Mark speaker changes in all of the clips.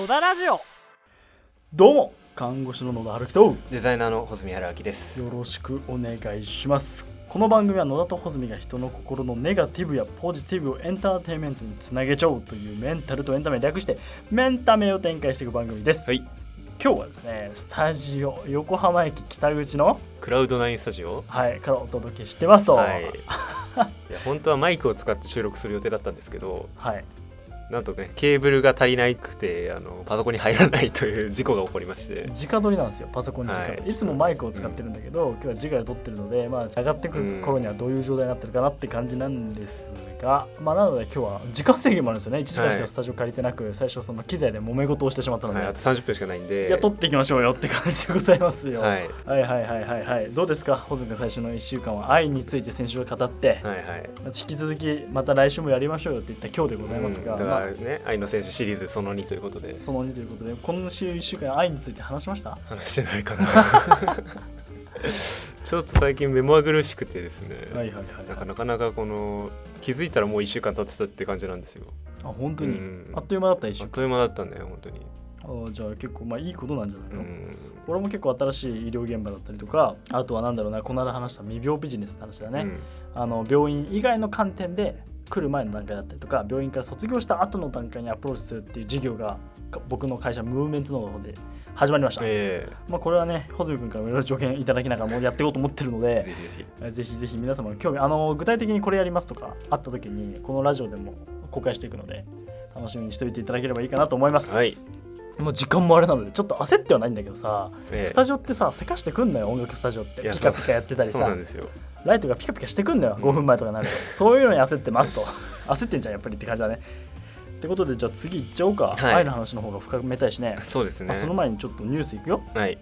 Speaker 1: 野田ラジオどうも看護師の野田春樹とよ
Speaker 2: デザイナーの細見春明です。
Speaker 1: ろしくお願いしますこの番組は野田と穂積が人の心のネガティブやポジティブをエンターテインメントにつなげちゃおうというメンタルとエンタメ略してメンタメを展開していく番組です、
Speaker 2: はい。
Speaker 1: 今日はですねスタジオ横浜駅北口の
Speaker 2: クラウドナインスタジオ。
Speaker 1: はいからお届けしてますと
Speaker 2: はい。いや本当はマイクを使って収録する予定だったんですけど、
Speaker 1: はい
Speaker 2: なんとねケーブルが足りなくてあのパソコンに入らないという事故が起こりまして。
Speaker 1: 直撮りなんですよパソコンに直撮り、
Speaker 2: はい
Speaker 1: い、つもマイクを使ってるんだけど、今日は直で撮ってるので、まあ、上がってくる頃にはどういう状態になってるかなって感じなんですが、まあ、なので今日は時間制限もあるんですよね1時間し
Speaker 2: は
Speaker 1: か
Speaker 2: い
Speaker 1: スタジオ借りてなく、最初その機材で揉め事をしてしまったので、
Speaker 2: はい。あ
Speaker 1: い
Speaker 2: と、三十分しかないんで。
Speaker 1: や撮っていきましょうよって感じでございますよ、
Speaker 2: はい。
Speaker 1: はいはいはいはいはいどうですか穂積君最初の1週間は愛について先週語って、
Speaker 2: はいはい。
Speaker 1: まあ引き続きまた来週もやりましょうよって言った今日でございますが、
Speaker 2: うんだ
Speaker 1: ま
Speaker 2: か
Speaker 1: あ
Speaker 2: らね、愛の戦士シリーズその2ということで
Speaker 1: その2ということで今週1週間愛について話しました
Speaker 2: 話してない かな。ちょっと最近目まぐるしくてですね。
Speaker 1: はいはいはい
Speaker 2: なんかなかなかこの気づいたらもう1週間経ってたって感じなんですよ。
Speaker 1: あ本当に、
Speaker 2: うん
Speaker 1: あっという間だった一週
Speaker 2: あっ
Speaker 1: 間
Speaker 2: という間だったんだよ本当に。
Speaker 1: あーじゃあ結構まあいいことなんじゃないうの、
Speaker 2: ん。
Speaker 1: 俺も結構新しい医療現場だったりとかあとはなんだろうなこの間話した未病ビジネスって話だね、
Speaker 2: うん
Speaker 1: あの病院以外の観点で来る前の段階だったりとか病院から卒業した後の段階にアプローチするっていう事業がか僕の会社ムーブメントの方で始まりました、
Speaker 2: え
Speaker 1: まあ、これはね穂積君からもいろいろ助言いただきながらもうやっていこうと思ってるの
Speaker 2: え
Speaker 1: で
Speaker 2: ぜ
Speaker 1: えーぜ
Speaker 2: ひぜひ。
Speaker 1: ひぜひ皆様の興味あの具体的にこれやりますとかあった時にこのラジオでも公開していくので楽しみにしておいていただければいいかなと思います、
Speaker 2: はい
Speaker 1: もう時間もあれなのでちょっと焦ってはないんだけどさ、
Speaker 2: ええ
Speaker 1: スタジオってさせかしてくんのよ音楽スタジオって
Speaker 2: いや
Speaker 1: ピカピカやってたり
Speaker 2: そうな
Speaker 1: さ
Speaker 2: んですよ。
Speaker 1: ライトがピカピカしてくんのよ5分前とかになると、 そういうのに焦ってますと焦ってんじゃんやっぱりって感じだねってことでじゃあ次行っちゃおうか、
Speaker 2: はい
Speaker 1: 愛の話の方が深めたいしね
Speaker 2: そうですね。
Speaker 1: あその前にちょっとニュースいくよ
Speaker 2: はい。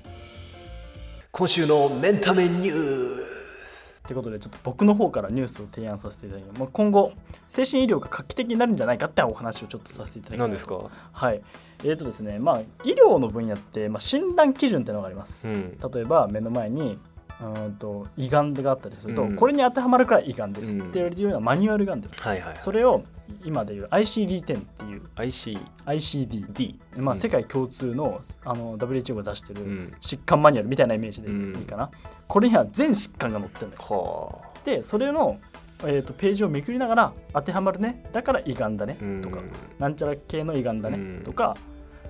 Speaker 2: 今週のメンタメニュース。
Speaker 1: ってことでちょっと僕の方からニュースを提案させていただきます、まあ、今後精神医療が画期的になるんじゃないかってお話をちょっとさせていただきます
Speaker 2: 何ですか。
Speaker 1: はいえーとですねまあ医療の分野って、まあ、診断基準っていうのがあります
Speaker 2: うん。
Speaker 1: 例えば目の前にうーんと胃がんがあったりすると、
Speaker 2: うん
Speaker 1: これに当てはまるくらい胃がんですっ
Speaker 2: うん
Speaker 1: て言われてるようなマニュアルがあるんだよ
Speaker 2: はいはい。
Speaker 1: それを今でいう ICD-10 っていう
Speaker 2: ICD。
Speaker 1: ICD、まあ、
Speaker 2: うん
Speaker 1: 世界共通のあの WHO が出して
Speaker 2: う
Speaker 1: る
Speaker 2: ん。
Speaker 1: 疾患マニュアルみたいなイメージでいいかな、これには全疾患が載ってるんだよ
Speaker 2: はあ。
Speaker 1: でそれの、えー、とページをめくりながら当てはまるねだから胃がんだねとか、なんちゃら系の胃がんだね、
Speaker 2: うん
Speaker 1: とか、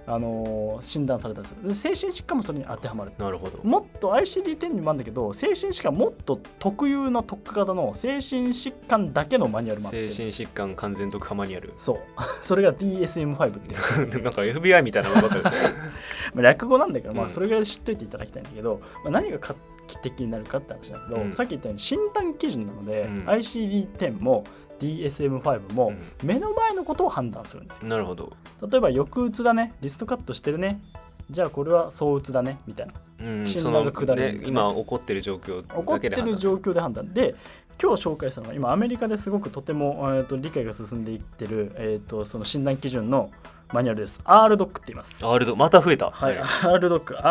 Speaker 1: あのー診断されたりするで精神疾患もそれに当てはまる
Speaker 2: なるほど。
Speaker 1: もっと ICD-10 にもあるんだけど精神疾患もっと特有の特化型の精神疾患だけのマニュアルもあっ
Speaker 2: 精
Speaker 1: て。
Speaker 2: 神疾患完全特化マニュアル
Speaker 1: そう それが DSM-5 っていう
Speaker 2: なんか FBI みたいなのばっか り。
Speaker 1: まあ略語なんだけど、ま
Speaker 2: う
Speaker 1: あ、
Speaker 2: ん
Speaker 1: それぐらいで知っといていただきたいんだけど、まあ、何が画期的になるかって話だけど、
Speaker 2: うん
Speaker 1: さっき言ったように診断基準なので、
Speaker 2: うん
Speaker 1: ICD-10 も DSM-5 も目の前のことを判断するんですよ
Speaker 2: なるほど。
Speaker 1: 例えば抑うつだねリストカットしてるねじゃあこれは躁うつだねみたいな
Speaker 2: うん。
Speaker 1: 診
Speaker 2: そ
Speaker 1: 断
Speaker 2: の
Speaker 1: が下れる
Speaker 2: ね今起こってる状況
Speaker 1: 起こって
Speaker 2: だけで判
Speaker 1: る
Speaker 2: 断する。
Speaker 1: 状況で判断で今日紹介したのは今アメリカですごくとても、えー、と理解が進んでいってる、えー、とその診断基準のマニュアルです RDOC って言います
Speaker 2: ああれとまた増えた。
Speaker 1: はい、RDoc、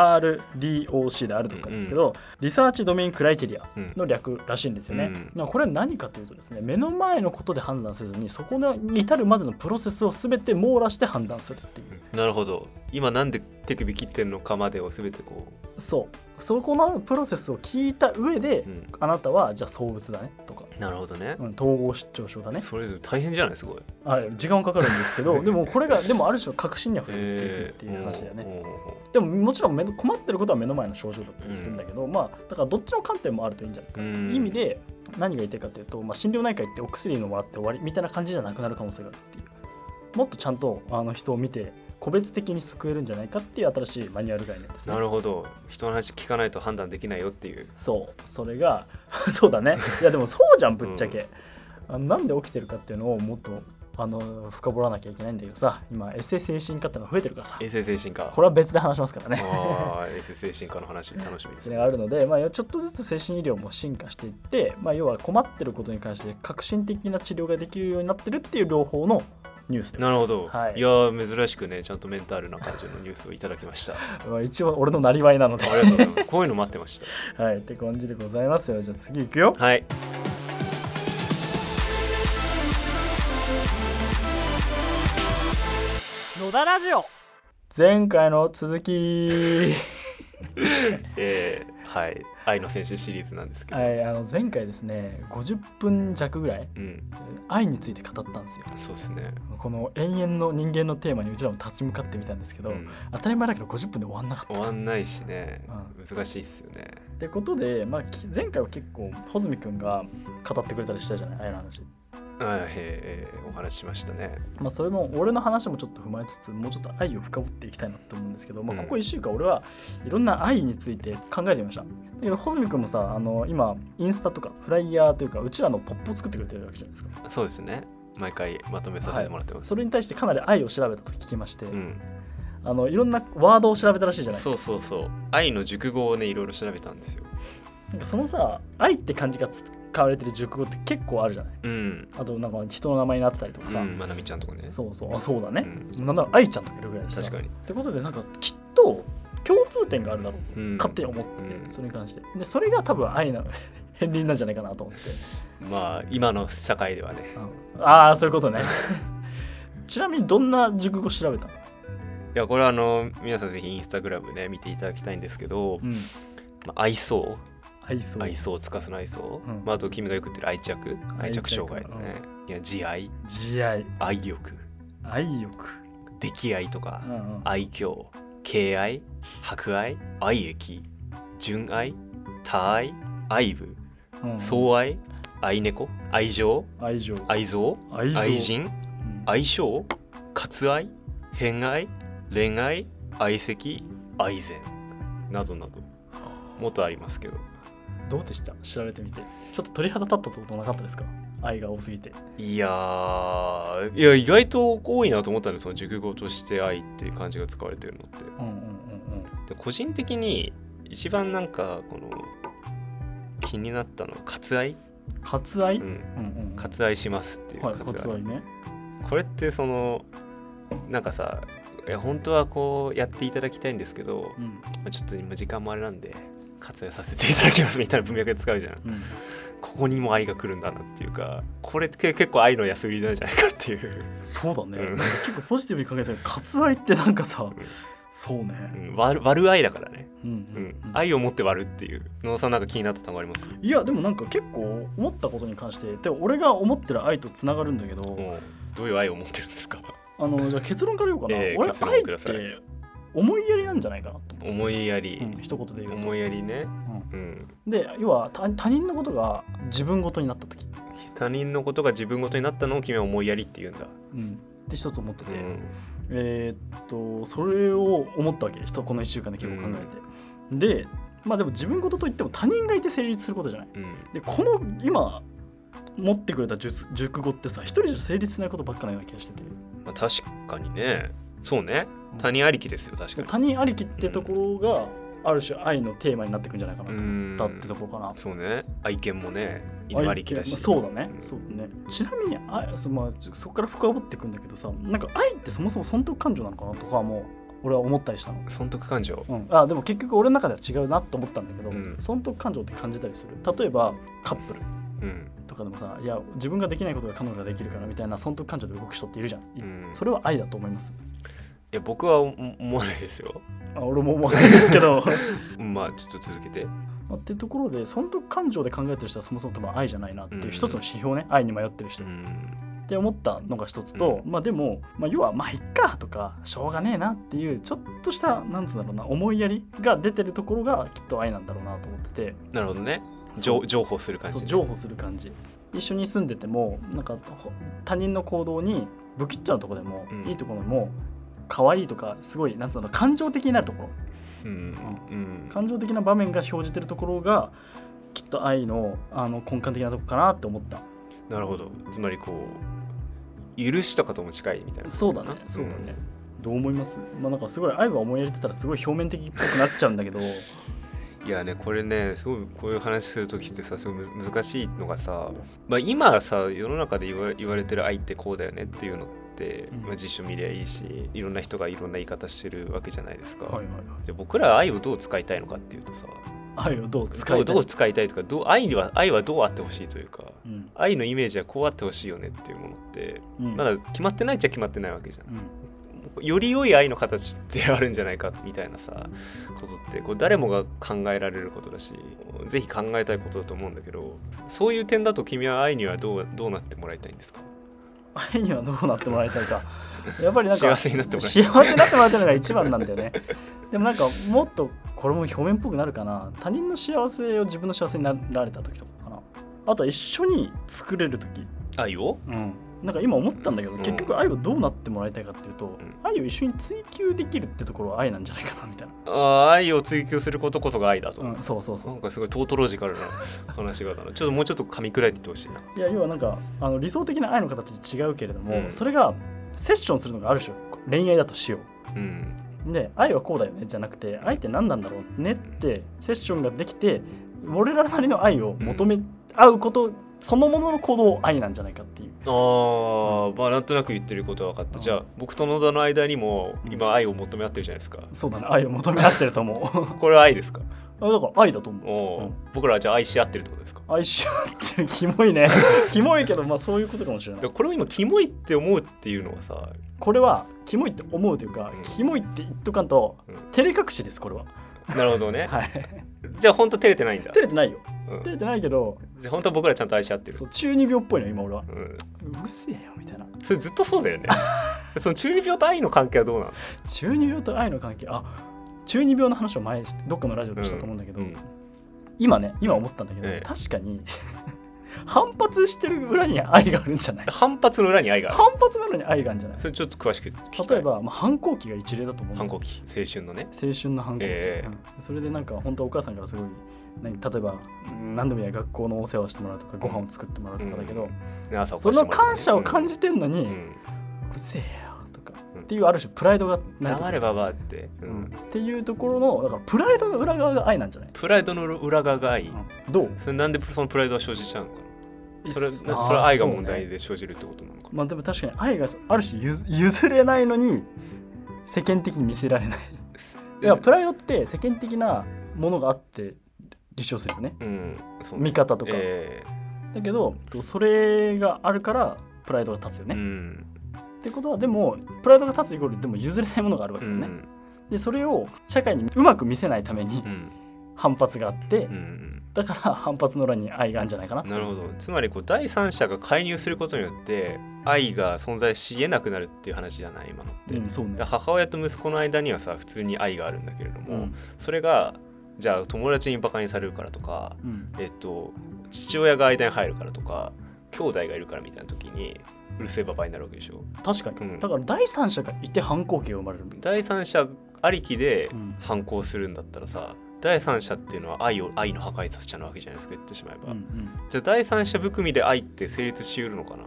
Speaker 1: RDOC で RDoc なんですけど、リサーチドメインクライテリア
Speaker 2: うん
Speaker 1: の略らしいんですよね。
Speaker 2: うん
Speaker 1: まあこれは何かというとですね、目の前のことで判断せずに、そこに至るまでのプロセスを全て網羅して判断するっていう。
Speaker 2: なるほど今なんで手首切ってるのかまでを全てこ
Speaker 1: そう。そこのプロセスを聞いた上で、
Speaker 2: う、うん、
Speaker 1: あなたはじゃあ躁鬱だねとか、
Speaker 2: なるほどね
Speaker 1: う、ん、統合失調症だね
Speaker 2: それぞれ大変じゃないすごい
Speaker 1: あ時間かかるんですけ どでもこれがでもある種の確信には触れていくっていう話だよね、
Speaker 2: えーおうおうおう
Speaker 1: でももちろん目の困ってることは目の前の症状だったりするんだけど、まあだからどっちの観点もあるといいんじゃないかっていう意味で何が言いたいかというと、まあ、診療内科行ってお薬飲んでもらって終わりみたいな感じじゃなくなる可能性があるっていうもっとちゃんとあの人を見て個別的に救えるんじゃないかっていう新しいマニュアル概念ですね
Speaker 2: な。るほど人の話聞かないと判断できないよっていう
Speaker 1: そうそれが そうだねいやでもそうじゃんぶっちゃけ、あのなんで起きてるかっていうのをもっとあの深掘らなきゃいけないんだけどさ今エセ精神科ってのが増えてるからさ
Speaker 2: 衛生精神科
Speaker 1: これは別で話しますからね
Speaker 2: あー衛生精神科の話楽しみで
Speaker 1: です
Speaker 2: す
Speaker 1: ね
Speaker 2: ね
Speaker 1: あるので、まあ、ちょっとずつ精神医療も進化していって、まあ、要は困ってることに関して革新的な治療ができるようになってるっていう両方のニュースでござ
Speaker 2: ない
Speaker 1: ま
Speaker 2: るほ
Speaker 1: す
Speaker 2: ど、
Speaker 1: はい
Speaker 2: い、やー珍しくねちゃんとメンタルな感じのニュースをいただきましたあ
Speaker 1: まあ一応俺のなりわいなので、
Speaker 2: りがとうございますこういうの待ってました
Speaker 1: はい、って感じでございますよじゃあ次いくよ
Speaker 2: はい
Speaker 1: 野田ラジオ前回の続き
Speaker 2: えーはい「愛の戦士」シリーズなんですけど、
Speaker 1: はいあの前回ですね50分弱ぐらい
Speaker 2: うん
Speaker 1: えー愛について語ったんですよ
Speaker 2: そうですね、
Speaker 1: この永遠の人間のテーマにうちらも立ち向かってみたんですけど、
Speaker 2: うん
Speaker 1: 当たり前だけど50分で終わんなかった
Speaker 2: 終わんないしね
Speaker 1: う
Speaker 2: 難しいっすよね
Speaker 1: ってことで、まあ、き前回は結構穂積君が語ってくれたりしたじゃない愛の話、
Speaker 2: あーへーへーお話ししましたね
Speaker 1: まあ、それも俺の話もちょっと踏まえつつもうちょっと愛を深掘っていきたいなと思うんですけど、まあ、
Speaker 2: うん
Speaker 1: ここ1週間俺はいろんな愛について考えてみましただけど穂積君もさあの今インスタとかフライヤーというかうちらのポップを作ってくれてるわけじゃないですか
Speaker 2: そうですね毎回まとめさせてもらってます、
Speaker 1: それに対してかなり愛を調べたと聞きまして、
Speaker 2: うん、
Speaker 1: あのいろんなワードを調べたらしいじゃない
Speaker 2: そうそうそう愛の熟語をねいろいろ調べたんですよ
Speaker 1: なんかそのさ愛って漢字が使われてる熟語って結構あるじゃない
Speaker 2: うん、
Speaker 1: あとなんか人の名前になってたりとか
Speaker 2: う
Speaker 1: さ、
Speaker 2: ん、まなみちゃんとかね
Speaker 1: そうそうあそうだね、
Speaker 2: う
Speaker 1: なんなら愛ちゃんとかいるぐらいでした
Speaker 2: 確かに、
Speaker 1: ってことでなんかきっと共通点があるだろうと
Speaker 2: うん、
Speaker 1: 勝手に思って、
Speaker 2: うん
Speaker 1: それに関してでそれが多分愛の 片鱗なんじゃないかなと思って
Speaker 2: まあ今の社会ではね
Speaker 1: ああそういうこと ねちなみにどんな熟語調べたの、
Speaker 2: いやこれはあの皆さんぜひインスタグラムね見ていただきたいんですけど、
Speaker 1: うん、
Speaker 2: まあ、愛想
Speaker 1: 愛想
Speaker 2: 愛想つかすの愛想、
Speaker 1: うん
Speaker 2: まあ、あと君がよく言ってる愛着
Speaker 1: 愛
Speaker 2: 愛
Speaker 1: 着
Speaker 2: 着障害だね、いや慈愛
Speaker 1: 慈愛
Speaker 2: 愛欲
Speaker 1: 愛欲、
Speaker 2: 溺愛とか、
Speaker 1: うんうん、
Speaker 2: 愛嬌敬愛博愛愛液純愛他愛愛部
Speaker 1: うん
Speaker 2: 相愛愛猫愛情
Speaker 1: 愛情
Speaker 2: 愛憎
Speaker 1: 愛
Speaker 2: 愛
Speaker 1: 情、
Speaker 2: 人
Speaker 1: うん
Speaker 2: 愛称割愛偏愛恋愛愛席愛善などなどもっとありますけど
Speaker 1: どうでした調べてみてちょっと鳥肌立ったってことなかったですか愛が多すぎて
Speaker 2: いやーいや意外と多いなと思ったんですその熟語として愛っていう漢字が使われてるのって
Speaker 1: うんうん
Speaker 2: で個人的に一番なんかこの気になったのは割愛、
Speaker 1: うんうん割愛、
Speaker 2: う
Speaker 1: うんう
Speaker 2: ん、
Speaker 1: んうん、
Speaker 2: 割愛しますっていう
Speaker 1: はい
Speaker 2: 割愛
Speaker 1: 割愛ね
Speaker 2: これってそのなんかさいや本当はこうやっていただきたいんですけど、
Speaker 1: うん
Speaker 2: まあちょっと今時間もあれなんで活用させていただきますみたいな文脈で使うじゃん
Speaker 1: うん
Speaker 2: ここにも愛が来るんだなっていうかこれって結構愛の安売りなんじゃないかっていう、
Speaker 1: そうだね、
Speaker 2: うん
Speaker 1: 結構ポジティブに考えたら割愛ってなんかさ、そう
Speaker 2: う
Speaker 1: ね、
Speaker 2: ん、悪悪愛だからね、
Speaker 1: うん
Speaker 2: うん
Speaker 1: うんうん
Speaker 2: 愛を持って割るっていう野田さんなんか気になった単語あります
Speaker 1: いやでもなんか結構思ったことに関してで俺が思ってる愛とつながるんだけど、
Speaker 2: もうどういう愛を持ってるんですか
Speaker 1: あのじゃあ結論から言おうかな、
Speaker 2: ええ
Speaker 1: 俺
Speaker 2: 結論
Speaker 1: 愛
Speaker 2: をくだ
Speaker 1: っ
Speaker 2: さい
Speaker 1: て思いやりなんじゃないかなと思って
Speaker 2: 思いやり、
Speaker 1: うん一言で言う
Speaker 2: 思いやりね、うん
Speaker 1: とで要は他他人のことが自分ごとになった時、
Speaker 2: 他人のことが自分ごとになったのを君は思いやりって言うんだ、
Speaker 1: うん、って一つ思って
Speaker 2: う
Speaker 1: て、
Speaker 2: ん
Speaker 1: えーっとそれを思ったわけ人この1週間で結構考えて、でまあでも自分ごとといっても他人がいて成立することじゃない
Speaker 2: うん
Speaker 1: でこの今持ってくれた術熟語ってさ一人じゃ成立しないことばっかなような気がしてて
Speaker 2: まあ、確かにねそうね他人ありきですよ確か
Speaker 1: そう
Speaker 2: に
Speaker 1: 他人ありきってところがある種愛のテーマになってくんじゃないかなと思った
Speaker 2: うん
Speaker 1: ってところかな。
Speaker 2: そうね愛犬もね犬ありきだし
Speaker 1: 愛ってまあそうだね,、
Speaker 2: ん
Speaker 1: そうだねちなみにあそ,、まあ、ちょそこから深掘っていくんだけどさなんか愛ってそもそも損得感情なのかなとかはもう俺は思ったりしたの。
Speaker 2: 損得感情
Speaker 1: うん、あでも結局俺の中では違うなと思ったんだけど、
Speaker 2: うん
Speaker 1: 損得感情って感じたりする例えばカップル
Speaker 2: うん、
Speaker 1: とかでもさいや自分ができないことが彼女ができるからみたいな損得感情で動く人っているじゃん、い
Speaker 2: うん
Speaker 1: それは愛だと思います
Speaker 2: いや僕は思思わないですよ
Speaker 1: あ俺も思わないですけ ど
Speaker 2: まあちょっと続けて
Speaker 1: まあってところで損得感情で考えてる人はそもそも多分愛じゃないなっていううん一つの指標ね、愛に迷ってる人、
Speaker 2: う
Speaker 1: っ
Speaker 2: ん
Speaker 1: て思ったのが一つと、まあでも、まあ、要はまあいっかとかしょうがねえなっていうちょっとしたなんつうんだろうな思いやりが出てるところがきっと愛なんだろうなと思ってて
Speaker 2: なるほどね
Speaker 1: そう
Speaker 2: 情情報する感じ
Speaker 1: そう譲歩する感じ一緒に住んでてもなんかほ他人の行動に不吉祥なとこでも、
Speaker 2: うん
Speaker 1: いいところでも可愛いとかすごいなんつうの感情的になるところ
Speaker 2: うんうん
Speaker 1: 感情的な場面が生じてるところがきっと愛のあの根幹的なとこかなって思った
Speaker 2: なるほどつまりこう許しとかとも近いみたいな
Speaker 1: そうだねそうだね、どう思いますまあなんかすごい愛は思いやりって言ったらすごい表面的っぽくなっちゃうんだけど
Speaker 2: いやねこれねすごいこういう話する時ってさすごいむ難しいのがさ、まあ、今さ世の中で言わ言われてる愛ってこうだよねっていうのって、
Speaker 1: うん
Speaker 2: まあ、辞書見りゃいいしいろんな人がいろんな言い方してるわけじゃないですか、
Speaker 1: はいはいはい
Speaker 2: じゃあ僕らは愛をどう使いたいのかっていうとさ
Speaker 1: 愛をどう使い
Speaker 2: ど
Speaker 1: た
Speaker 2: う
Speaker 1: い
Speaker 2: どう使いたいとかどう愛には愛はどうあってほしいというか
Speaker 1: うん
Speaker 2: 愛のイメージはこうあってほしいよねっていうものって
Speaker 1: うん
Speaker 2: まだ決まってないっちゃ決まってないわけじゃん
Speaker 1: うん
Speaker 2: より良い愛の形ってあるんじゃないかみたいなさことってこう誰もが考えられることだしぜひ考えたいことだと思うんだけどそういう点だと君は愛にはどうどうなってもらいたいんですか
Speaker 1: 愛にはどうなってもらいたい かやっぱりなん
Speaker 2: 幸
Speaker 1: か
Speaker 2: せになってもらいたい
Speaker 1: 幸せになってもらいたいのが一番なんだよね でもなんかもっとこれも表面っぽくなるかな他人の幸せを自分の幸せになられた時とかかなあとは一緒に作れる時
Speaker 2: 愛を
Speaker 1: うんなんか今思ったんだけど、
Speaker 2: うん
Speaker 1: 結局愛をどうなってもらいたいかっていうと、
Speaker 2: ん
Speaker 1: 愛を一緒に追求できるってところは愛なんじゃないかなみたいな、
Speaker 2: あー愛を追求することこそが愛だと、
Speaker 1: うん、そうそうそ
Speaker 2: な
Speaker 1: うん
Speaker 2: かすごいトートロジカルな 話し方だなちょっともうちょっと噛み砕いていってほしいない
Speaker 1: や要はなんかあの理想的な愛の形って違うけれども、
Speaker 2: うん
Speaker 1: それがセッションするのがある種恋愛だとしよう
Speaker 2: うん
Speaker 1: で愛はこうだよねじゃなくて愛って何なんだろうねってセッションができて俺らなりの愛を求め合うことそのものの行動を愛なんじゃないかっていう
Speaker 2: あー、まあなんとなく言ってることは分かった、
Speaker 1: うん
Speaker 2: じゃあ僕と野田の間にも
Speaker 1: うん
Speaker 2: 今愛を求め合ってるじゃないですか、
Speaker 1: そうだね愛を求め合ってると思う
Speaker 2: これは愛ですか
Speaker 1: だから愛だと思う
Speaker 2: おー
Speaker 1: うん
Speaker 2: 僕らはじゃあ愛し合ってるってことですか
Speaker 1: 愛し合ってるキモいね キモいけどまあそういうことかもしれな
Speaker 2: で
Speaker 1: い
Speaker 2: これを今キモいって思うっていうのはさ
Speaker 1: これはキモいって思うというか
Speaker 2: うん
Speaker 1: キモいって言っとかんと
Speaker 2: うん
Speaker 1: 照れ隠しですこれは
Speaker 2: なるほどね、
Speaker 1: はい
Speaker 2: じゃあ本当照れてないんだ
Speaker 1: 照、れてないよ
Speaker 2: うん
Speaker 1: 照れてないけど
Speaker 2: じゃあ本当は僕らちゃんと愛し合ってる
Speaker 1: そう中二病っぽいの今俺は
Speaker 2: うん、
Speaker 1: うるせえよみたいな
Speaker 2: それずっとそうだよ ねその中二病と愛の関係はどうなの
Speaker 1: 中二病と愛の関係あ中二病の話を前にしてどっかのラジオでしたと思うんだけど、
Speaker 2: うん
Speaker 1: 今ね今思ったんだけど、
Speaker 2: ええ
Speaker 1: 確かに 反発してる裏に愛があるんじ ゃない
Speaker 2: 反発の裏に愛がある
Speaker 1: 反発なのに愛があるんじゃない
Speaker 2: それちょっと詳しく聞きたい
Speaker 1: 例えば、まあ、反抗期が一例だと思うんだ
Speaker 2: 反
Speaker 1: けど
Speaker 2: 抗期青春のね
Speaker 1: 青春の反抗期、
Speaker 2: ええ
Speaker 1: うんそれでなんか本当はお母さんからすごい何例えばうん何でもいいや学校のお世話をしてもらうとかご飯を作ってもらうとかだけど、
Speaker 2: 朝
Speaker 1: その感謝を感
Speaker 2: じ
Speaker 1: じてんのに、
Speaker 2: う
Speaker 1: うんるせえよとか、
Speaker 2: うん
Speaker 1: っていうある種プライドがないと
Speaker 2: 黙ればばあって、う
Speaker 1: うんん、っていうところのだからプライドの裏側が愛なんじゃない
Speaker 2: プライドの裏側が愛、
Speaker 1: うんどう
Speaker 2: それなんでそのプライドは生じちゃうのかなそれ
Speaker 1: あ
Speaker 2: な
Speaker 1: ー
Speaker 2: それは愛が
Speaker 1: そうね
Speaker 2: 問題で生じるってことなのかな
Speaker 1: まあでも確かに愛がある種譲譲れないのに世間的に見せられないいやプライドって世間的なものがあって立証するよね
Speaker 2: うんそうね
Speaker 1: 見方とか、
Speaker 2: え
Speaker 1: だけどとそれがあるからプライドが立つよ
Speaker 2: え
Speaker 1: ね、
Speaker 2: う
Speaker 1: っ
Speaker 2: ん
Speaker 1: てことはでもプライドが立つイコールでも譲れないものがあるわ
Speaker 2: う
Speaker 1: けだよね、
Speaker 2: ん
Speaker 1: でそれを社会にうまく見せないために
Speaker 2: うん
Speaker 1: 反発があって、
Speaker 2: うん
Speaker 1: だから反発の裏に愛があるんじゃないかな
Speaker 2: なるほどつまりこう第三者が介入することによって愛が存在しえなくなるっていう話じゃない今のって、
Speaker 1: うんそうね
Speaker 2: だから母親と息子の間にはさ普通に愛があるんだけれ
Speaker 1: う
Speaker 2: ども、
Speaker 1: ん
Speaker 2: それがじゃあ友達にバカにされるからとか
Speaker 1: うん
Speaker 2: えっと父親が間に入るからとか兄弟がいるからみたいな時にうるせえババアになるわけでしょ
Speaker 1: 確かに、
Speaker 2: うん
Speaker 1: だから第三者がいて反抗期が生まれるんだよ
Speaker 2: 第三者ありきで
Speaker 1: うん
Speaker 2: 反抗するんだったらさ第三者っていうのは愛を愛の破壊者なわけじゃないですか言ってしまえば、
Speaker 1: うんうん
Speaker 2: じゃあ第三者含みで愛って成立しうるのかな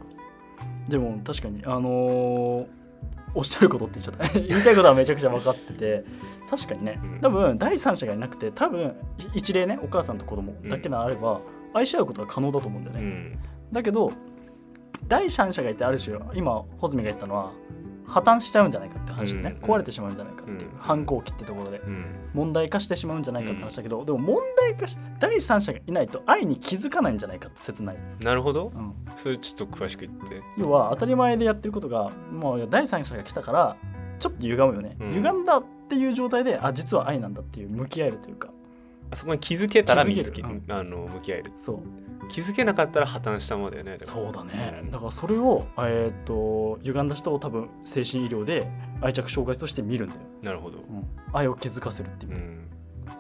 Speaker 1: でも確かにあのーおっしゃることって言っちゃった 言いたいことはめちゃくちゃ分かってて確かにね
Speaker 2: うん
Speaker 1: 多分第三者がいなくて多分い一例ねお母さんと子供だけであれば、愛し合うことが可能だと思うんだよ
Speaker 2: う
Speaker 1: ね、
Speaker 2: ん
Speaker 1: だけど第三者がいてある種今穂積が言ったのは破綻しちゃうんじゃないかって話でね、
Speaker 2: うん
Speaker 1: 壊れてしまうんじゃないかっていう、
Speaker 2: うん
Speaker 1: 反抗期ってところで
Speaker 2: うん
Speaker 1: 問題化してしまうんじゃないかって話だけど、でも問題化し第三者がいないと愛に気づかないんじゃないかって切ない、
Speaker 2: なるほど
Speaker 1: うん、
Speaker 2: それちょっと詳しく言って
Speaker 1: 要は当たり前でやってることがもう第三者が来たからちょっと歪むよね、
Speaker 2: うん
Speaker 1: 歪んだっていう状態であ実は愛なんだっていう向き合えるというか
Speaker 2: あそこに気づけたら
Speaker 1: 気
Speaker 2: 見
Speaker 1: づ
Speaker 2: つ
Speaker 1: け
Speaker 2: け、
Speaker 1: る
Speaker 2: あの向き合える
Speaker 1: そう
Speaker 2: 気づけなかったら破綻したままだよねでも
Speaker 1: そうだね
Speaker 2: うん
Speaker 1: だからそれをえーっと歪んだ人を多分精神医療で愛着障害として見るんだよ、
Speaker 2: なるほど
Speaker 1: うん愛を気づかせるっていうう、
Speaker 2: ん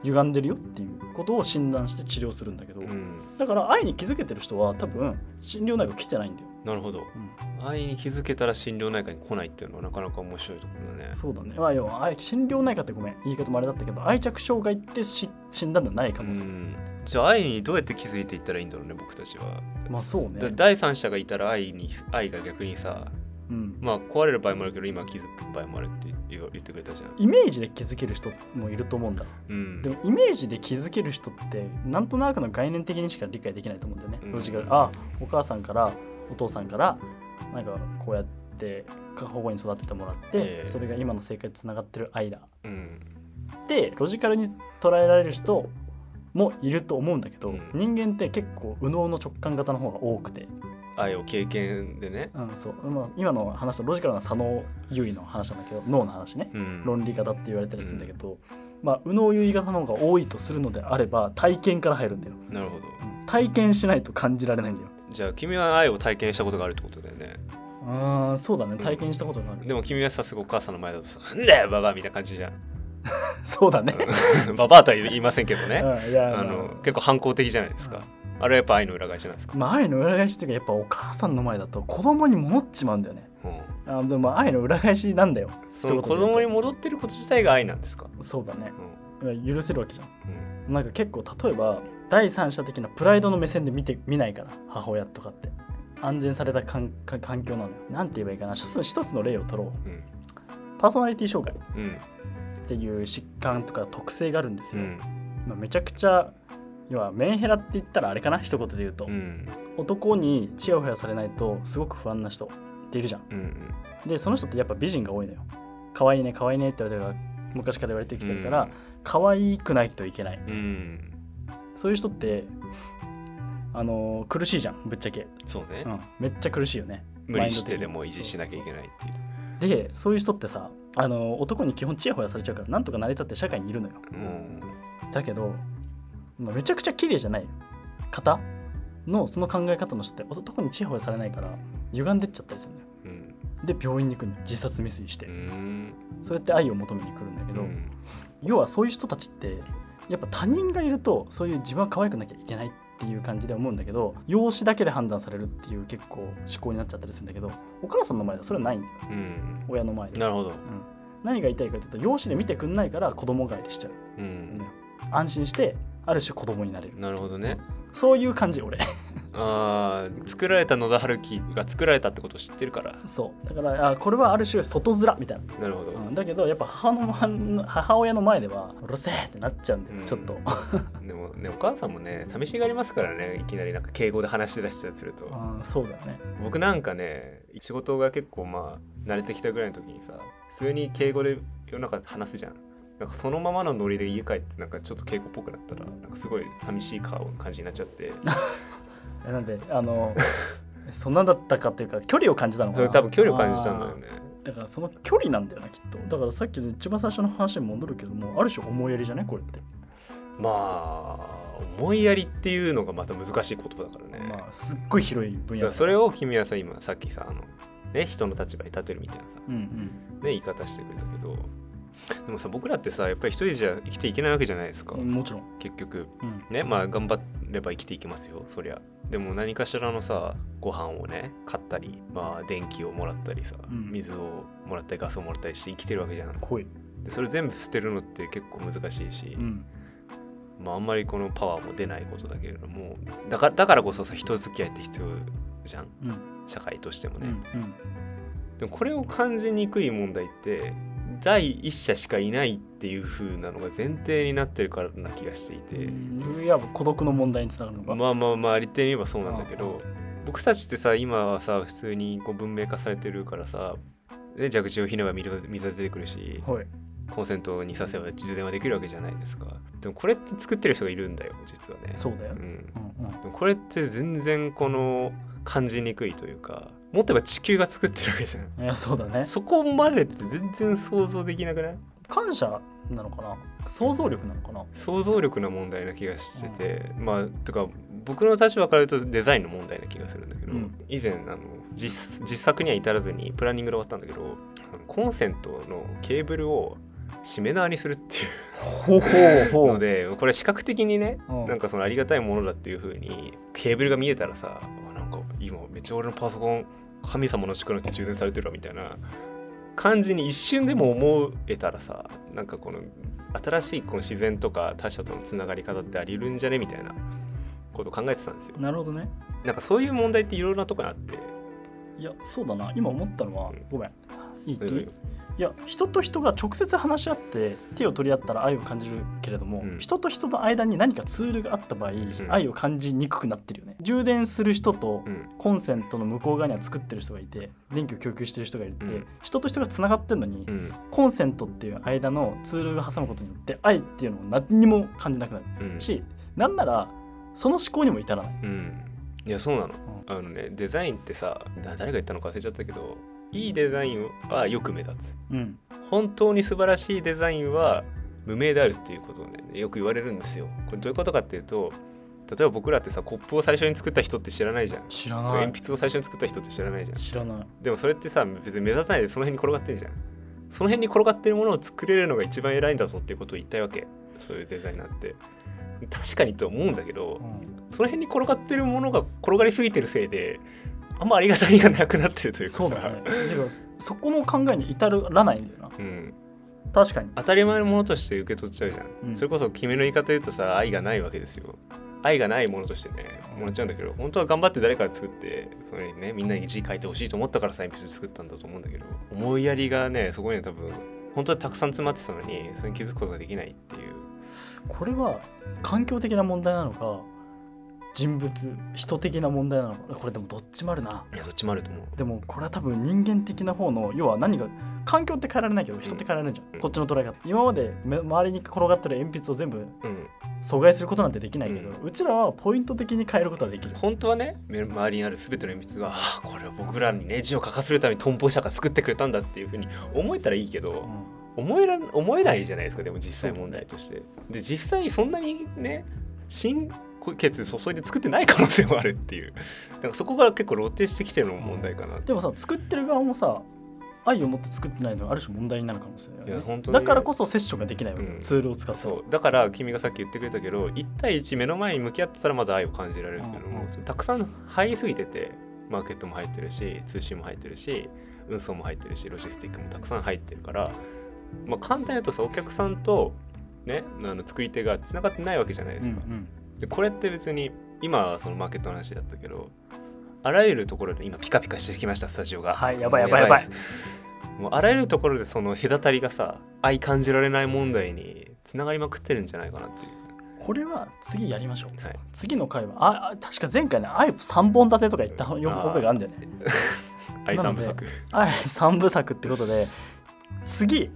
Speaker 1: 歪んでるよっていうことを診断して治療するんだけど、
Speaker 2: うん
Speaker 1: だから愛に気づけてる人は多分診療内科来てないんだよ、
Speaker 2: なるほど
Speaker 1: うん
Speaker 2: 愛に気づけたら心療内科に来ないっていうのはなかなか面白いところだね
Speaker 1: そうだねまあ要は愛診療内科ってごめん言い方もあれだったけど愛着障害ってし診断ではない可能性、
Speaker 2: うんじゃあ愛にどうやって気づいていったらいいんだろうね僕たちは、
Speaker 1: まあそう
Speaker 2: だ
Speaker 1: ね
Speaker 2: 第三者がいたら愛に愛が逆にさ
Speaker 1: うん、
Speaker 2: まあ壊れる場合もあるけど今気づく場合もあるって言う言ってくれたじゃん、
Speaker 1: イメージで気づける人もいると思うんだ
Speaker 2: うん、
Speaker 1: でもイメージで気づける人ってなんとなくの概念的にしか理解できないと思うんだよね、
Speaker 2: うん
Speaker 1: ロジカルあお母さんからお父さんからなんかこうやって保護に育ててもらって、
Speaker 2: ええ
Speaker 1: それが今の生活につながってる愛だ
Speaker 2: うん
Speaker 1: ってロジカルに捉えられる人もいると思うんだけど、
Speaker 2: うん
Speaker 1: 人間って結構右脳の直感型の方が多くて
Speaker 2: 愛を経験でね、
Speaker 1: うん、そう、まあ、今の話とロジカルな左脳優位の話なんだけど脳の話ね
Speaker 2: うん、
Speaker 1: 論理型って言われたりするんだけど、まあ右脳優位型の方が多いとするのであれば体験から入るんだよ
Speaker 2: なるほど
Speaker 1: うん体験しないと感じられないんだよ
Speaker 2: じゃあ君は愛を体験したことがあるってことだよね
Speaker 1: うーんそうだね体験したことがある、
Speaker 2: でも君はさすがお母さんの前だとさ「なんだよババア」みたいな感じじゃん
Speaker 1: そうだね、
Speaker 2: ババアとは言いませんけどね
Speaker 1: うん、いや
Speaker 2: あの結構反抗的じゃないですかあれはやっぱ愛の裏返しなんですか、
Speaker 1: まあ愛の裏返しというかやっぱお母さんの前だと子供に戻っちまうんだよね
Speaker 2: うん
Speaker 1: あでもまあ愛の裏返しなんだよ
Speaker 2: その
Speaker 1: 一
Speaker 2: 子
Speaker 1: 言で言うと
Speaker 2: 供に戻ってること自体が愛なんですか、
Speaker 1: そうだね
Speaker 2: う
Speaker 1: 許せるわけじゃん
Speaker 2: んうん
Speaker 1: なんか結構例えば第三者的なプライドの目線で見て見ないから母親とかって安全された環環環境なのよなんて言えばいいかな一つ一つの例を取ろう
Speaker 2: うん
Speaker 1: パーソナリティ障害
Speaker 2: うん
Speaker 1: っていう疾患とか特性があるんです
Speaker 2: う
Speaker 1: よ、
Speaker 2: ん
Speaker 1: まあ、めちゃくちゃ要はメンヘラって言ったらあれかな一言で言うと、
Speaker 2: うん
Speaker 1: 男にチヤホヤされないとすごく不安な人っているじゃん
Speaker 2: うん
Speaker 1: でその人ってやっぱ美人が多いのよ可愛いね可愛いねって言われてるから昔から言われてきてるから、可愛くないといけない
Speaker 2: うん、うん、
Speaker 1: そういう人ってあのー苦しいじゃんぶっちゃけ、
Speaker 2: そうね、
Speaker 1: うん、めっちゃ苦しいよね
Speaker 2: 無理してでも維持しなきゃいけないっていう
Speaker 1: でそういう人ってさあのー男に基本チヤホヤされちゃうからなんとか成り立って社会にいるのよ
Speaker 2: うん
Speaker 1: だけど、まあめちゃくちゃ綺麗じゃない方のその考え方の人って男にチヤホヤされないから歪んでっちゃったりするのよ
Speaker 2: うん
Speaker 1: で病院に行くのよ自殺未遂して
Speaker 2: うん
Speaker 1: そうやって愛を求めに来るんだけ
Speaker 2: う
Speaker 1: ど、
Speaker 2: ん
Speaker 1: 要はそういう人たちってやっぱ他人がいるとそういう自分は可愛くなきゃいけないっていう感じで思うんだけど容姿だけで判断されるっていう結構思考になっちゃったりするんだけどお母さんの前ではそれはないんだよ
Speaker 2: うん
Speaker 1: 親の前で、
Speaker 2: なるほど
Speaker 1: うん何が言いたいかというと容姿で見てくんないから子供返りしちゃう、
Speaker 2: う
Speaker 1: うん
Speaker 2: ん
Speaker 1: 安心してある種子供になれる
Speaker 2: なるほどね
Speaker 1: そういう感じ俺
Speaker 2: あー作られた野田春樹が作られたってことを知ってるから
Speaker 1: そうだからあこれはある種外面みたいな、
Speaker 2: なるほど、
Speaker 1: うん、だけどやっぱ母の前母親の前ではうるせえってなっちゃうんだよ、
Speaker 2: うん
Speaker 1: ちょっと
Speaker 2: でもねお母さんもね寂しがりますからねいきなりなんか敬語で話し出したりすると
Speaker 1: あーそうだよね
Speaker 2: 僕なんかね仕事が結構まあ慣れてきたぐらいの時にさ普通に敬語で世の中話すじゃんなんかそのままのノリで家帰ってなんかちょっと敬語っぽくなったらなんかすごい寂しい顔感じになっちゃって
Speaker 1: えなんであのそんなんだったかっていうか距離を感じたのか
Speaker 2: そ
Speaker 1: な
Speaker 2: れ多分距離を感じたんだよね
Speaker 1: あーだからその距離なんだよなきっとだからさっきの一番最初の話に戻るけどもある種思いやりじゃないこれって、
Speaker 2: まあ思いやりっていうのがまた難しい言葉だからね、
Speaker 1: まあすっごい広い分野
Speaker 2: さそれを君はさ今さっきさあのね人の立場に立てるみたいなさ
Speaker 1: うんうん
Speaker 2: ね言い方してくれたけどでもさ僕らってさやっぱり一人じゃ生きていけないわけじゃないですか、
Speaker 1: もちろん、
Speaker 2: 結局
Speaker 1: うん、
Speaker 2: ねまあ頑張れば生きていけますよそりゃでも何かしらのさご飯をね買ったりまあ電気をもらったりさ、
Speaker 1: うん
Speaker 2: 水をもらったりガスをもらったりして生きてるわけじゃん
Speaker 1: 濃い、
Speaker 2: でそれ全部捨てるのって結構難しいし、
Speaker 1: うん、
Speaker 2: まああんまりこのパワーも出ないことだけれどもだからだからこそさ人付き合いって必要じゃん
Speaker 1: うん
Speaker 2: 社会としても
Speaker 1: う
Speaker 2: ね、
Speaker 1: んうん
Speaker 2: でもこれを感じにくい問題って第一者しかいないっていう風なのが前提になってるからな気がしていて、
Speaker 1: うんいわば孤独の問題につながるのか、
Speaker 2: まあまあまあありていに言えばそうなんだけど僕たちってさ今はさ普通にこう文明化されてるからさで蛇口をひねば水は水は出てくるし
Speaker 1: はい
Speaker 2: コンセントに挿せば充電はできるわけじゃないですかでもこれって作ってる人がいるんだよ実はね
Speaker 1: そうだよ、
Speaker 2: ん、
Speaker 1: うんうん
Speaker 2: でもこれって全然この感じにくいというかもっと言えば地球が作ってるわけじゃん
Speaker 1: いやそうだね
Speaker 2: そこまでって全然想像できなくない
Speaker 1: 感謝なのかな想像力なのかな
Speaker 2: 想像力の問題な気がしてて、まあとか僕の立場から言うとデザインの問題な気がするんだけど、
Speaker 1: うん
Speaker 2: 以前あの実実作には至らずにプランニングで終わったんだけどコンセントのケーブルを締め縄にするっていう
Speaker 1: ほうほうほ
Speaker 2: のでこれ視覚的にね
Speaker 1: うん
Speaker 2: なんかそのありがたいものだっていう風にケーブルが見えたらさあなんか今めっちゃ俺のパソコン神様の力によって充電されてるわみたいな感じに一瞬でも思えたらさなんかこの新しいこの自然とか他者とのつながり方ってあり得るんじゃねみたいなことを考えてたんですよ
Speaker 1: なるほどね
Speaker 2: なんかそういう問題っていろいろなとこにあって
Speaker 1: いやそうだな今思ったのは
Speaker 2: うん
Speaker 1: ごめんいいって
Speaker 2: う
Speaker 1: い
Speaker 2: ん
Speaker 1: いいや人と人が直接話し合って手を取り合ったら愛を感じるけれども、
Speaker 2: うん
Speaker 1: 人と人の間に何かツールがあった場合、愛を感じにくくなってるよね充電する人と
Speaker 2: うん
Speaker 1: コンセントの向こう側には作ってる人がいて電気を供給してる人がいて、
Speaker 2: うん
Speaker 1: 人と人がつながってるのに、
Speaker 2: うん
Speaker 1: コンセントっていう間のツールが挟むことによって愛っていうのを何にも感じなくなる
Speaker 2: うん
Speaker 1: しなんならその思考にも至らない
Speaker 2: うんいやそうなのあのねデザインってさだ誰が言ったのか忘れちゃったけどいいデザインはよく目立つ
Speaker 1: うん
Speaker 2: 本当に素晴らしいデザインは無名であるっていうことをねよく言われるんですよこれどういうことかっていうと例えば僕らってさコップを最初に作った人って知らないじゃん
Speaker 1: 知らない
Speaker 2: 鉛筆を最初に作った人って知らないじゃん
Speaker 1: 知らない
Speaker 2: でもそれってさ別に目立たないでその辺に転がってんじゃんその辺に転がってるものを作れるのが一番偉いんだぞっていうことを言いたいわけそういうデザイナーって確かにとは思うんだけ
Speaker 1: う
Speaker 2: ど
Speaker 1: ん
Speaker 2: その辺に転がってるものが転がりすぎてるせいであんまありがたみがなくなってるというかさ
Speaker 1: そうだねてかそこの考えに至らないんだよな
Speaker 2: うん、
Speaker 1: 確かに
Speaker 2: 当たり前のものとして受け取っちゃうじゃん、
Speaker 1: うん
Speaker 2: それこそ君の言い方言うとさ愛がないわけですよ愛がないものとしてねもらっちゃうんだけど本当は頑張って誰かが作ってそれにねみんなに字書いてほしいと思ったからさ鉛筆作ったんだと思うんだけど思いやりがねそこには多分本当はたくさん詰まってたのにそれに気づくことができないっていう
Speaker 1: これは環境的な問題なのか人物人的な問題なのかこれでもどっちもあるない
Speaker 2: やどっちもあると思う
Speaker 1: でもこれは多分人間的な方の要は何が環境って変えられないけど人って変えられないじゃん、
Speaker 2: うん
Speaker 1: こっちの捉え方今までめ周りに転がってる鉛筆を全部
Speaker 2: うん
Speaker 1: 阻害することなんてできないけど、
Speaker 2: う
Speaker 1: うんちらはポイント的に変えることはできる
Speaker 2: 本当はねめ周りにある全ての鉛筆があーこれは僕らにね字を書かせるためにトンボしたから作ってくれたんだっていうふうに思えたらいいけど、
Speaker 1: う
Speaker 2: 思えら思えないじゃないですかでも実際問題として。で実際そんなにね心血注いで作ってない可能性もあるっていうだからそこが結構露呈してきてるのも問題かな、
Speaker 1: んでもさ作ってる側もさ愛を持って作ってないのがある種問題になるかもしれない
Speaker 2: い
Speaker 1: よ
Speaker 2: や
Speaker 1: ね
Speaker 2: 本当に
Speaker 1: だからこそセッションができないわけ、
Speaker 2: うん
Speaker 1: ツールを使って
Speaker 2: そうだから君がさっき言ってくれたけど1対1目の前に向き合ってたらまだ愛を感じられるけども、
Speaker 1: うん
Speaker 2: たくさん入りすぎててマーケットも入ってるし通信も入ってるし運送も入ってるしロジスティックもたくさん入ってるから、まあ、簡単に言うとさお客さんと、ね、あの作り手がつながってないわけじゃないで
Speaker 1: うん
Speaker 2: す
Speaker 1: う
Speaker 2: か。
Speaker 1: ん
Speaker 2: でこれって別に今はそのマーケットの話だったけどあらゆるところで今ピカピカしてきましたスタジオが
Speaker 1: はいやばいやばいやばい
Speaker 2: ですもうあらゆるところでその隔たりがさ愛感じられない問題につながりまくってるんじゃないかなっていう
Speaker 1: これは次やりましょう、
Speaker 2: はい
Speaker 1: 次の回はああ確か前回ね愛3本立てとか言った
Speaker 2: うん
Speaker 1: よ
Speaker 2: あー
Speaker 1: 覚えがあるんだよね
Speaker 2: 愛三部作
Speaker 1: はい、三部作ってことで次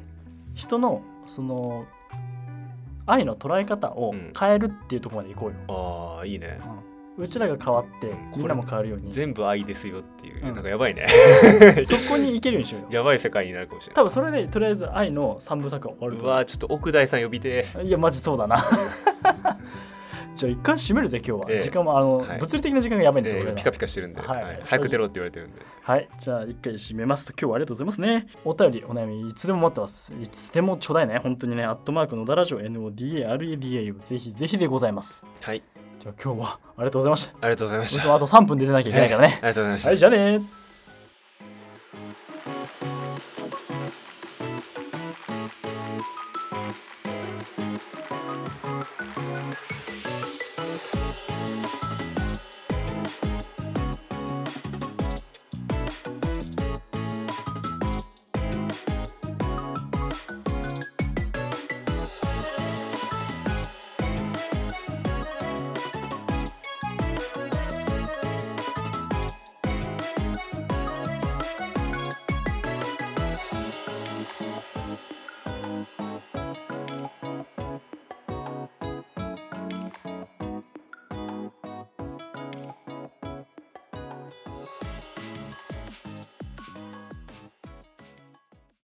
Speaker 1: 人のその愛の捉え方を
Speaker 2: うん
Speaker 1: 変えるっていうところまで行こうよ、
Speaker 2: ああいいね
Speaker 1: うちらが変わって
Speaker 2: うん
Speaker 1: みんなも変わるように
Speaker 2: 全部愛ですよっていう、
Speaker 1: うん
Speaker 2: なんかやばいね
Speaker 1: そこに行けるようにしようよ
Speaker 2: やばい世界になるかもしれな
Speaker 1: 多
Speaker 2: い
Speaker 1: 分それでとりあえず愛の三部作は終わると
Speaker 2: う
Speaker 1: 思
Speaker 2: わーちょっと奥大さん呼びて
Speaker 1: ういやマジそうだな じゃあ一回締めるぜ今日は、
Speaker 2: ええ
Speaker 1: 時間もあの、
Speaker 2: はい
Speaker 1: 物理的な時間がやばい
Speaker 2: え
Speaker 1: んですよ、
Speaker 2: ー
Speaker 1: 俺ら
Speaker 2: ピカピカしてるんで、
Speaker 1: はい
Speaker 2: はい早く出ろって言われてるんで
Speaker 1: はい、じゃあ一回締めますと今日はありがとうございますね。お便り、お悩み、いつでも待ってます。いつでもちょうだいね。本当にね、アットマークのだラジオ NODAREDA をぜひぜひでございます。
Speaker 2: はい
Speaker 1: じゃあ今日はありがとうございました。
Speaker 2: ありがとうございまし
Speaker 1: 本
Speaker 2: た
Speaker 1: 当はあと3分で出なきゃいけないから
Speaker 2: はい
Speaker 1: ね。
Speaker 2: ありがとうございました
Speaker 1: はい、じゃあねー。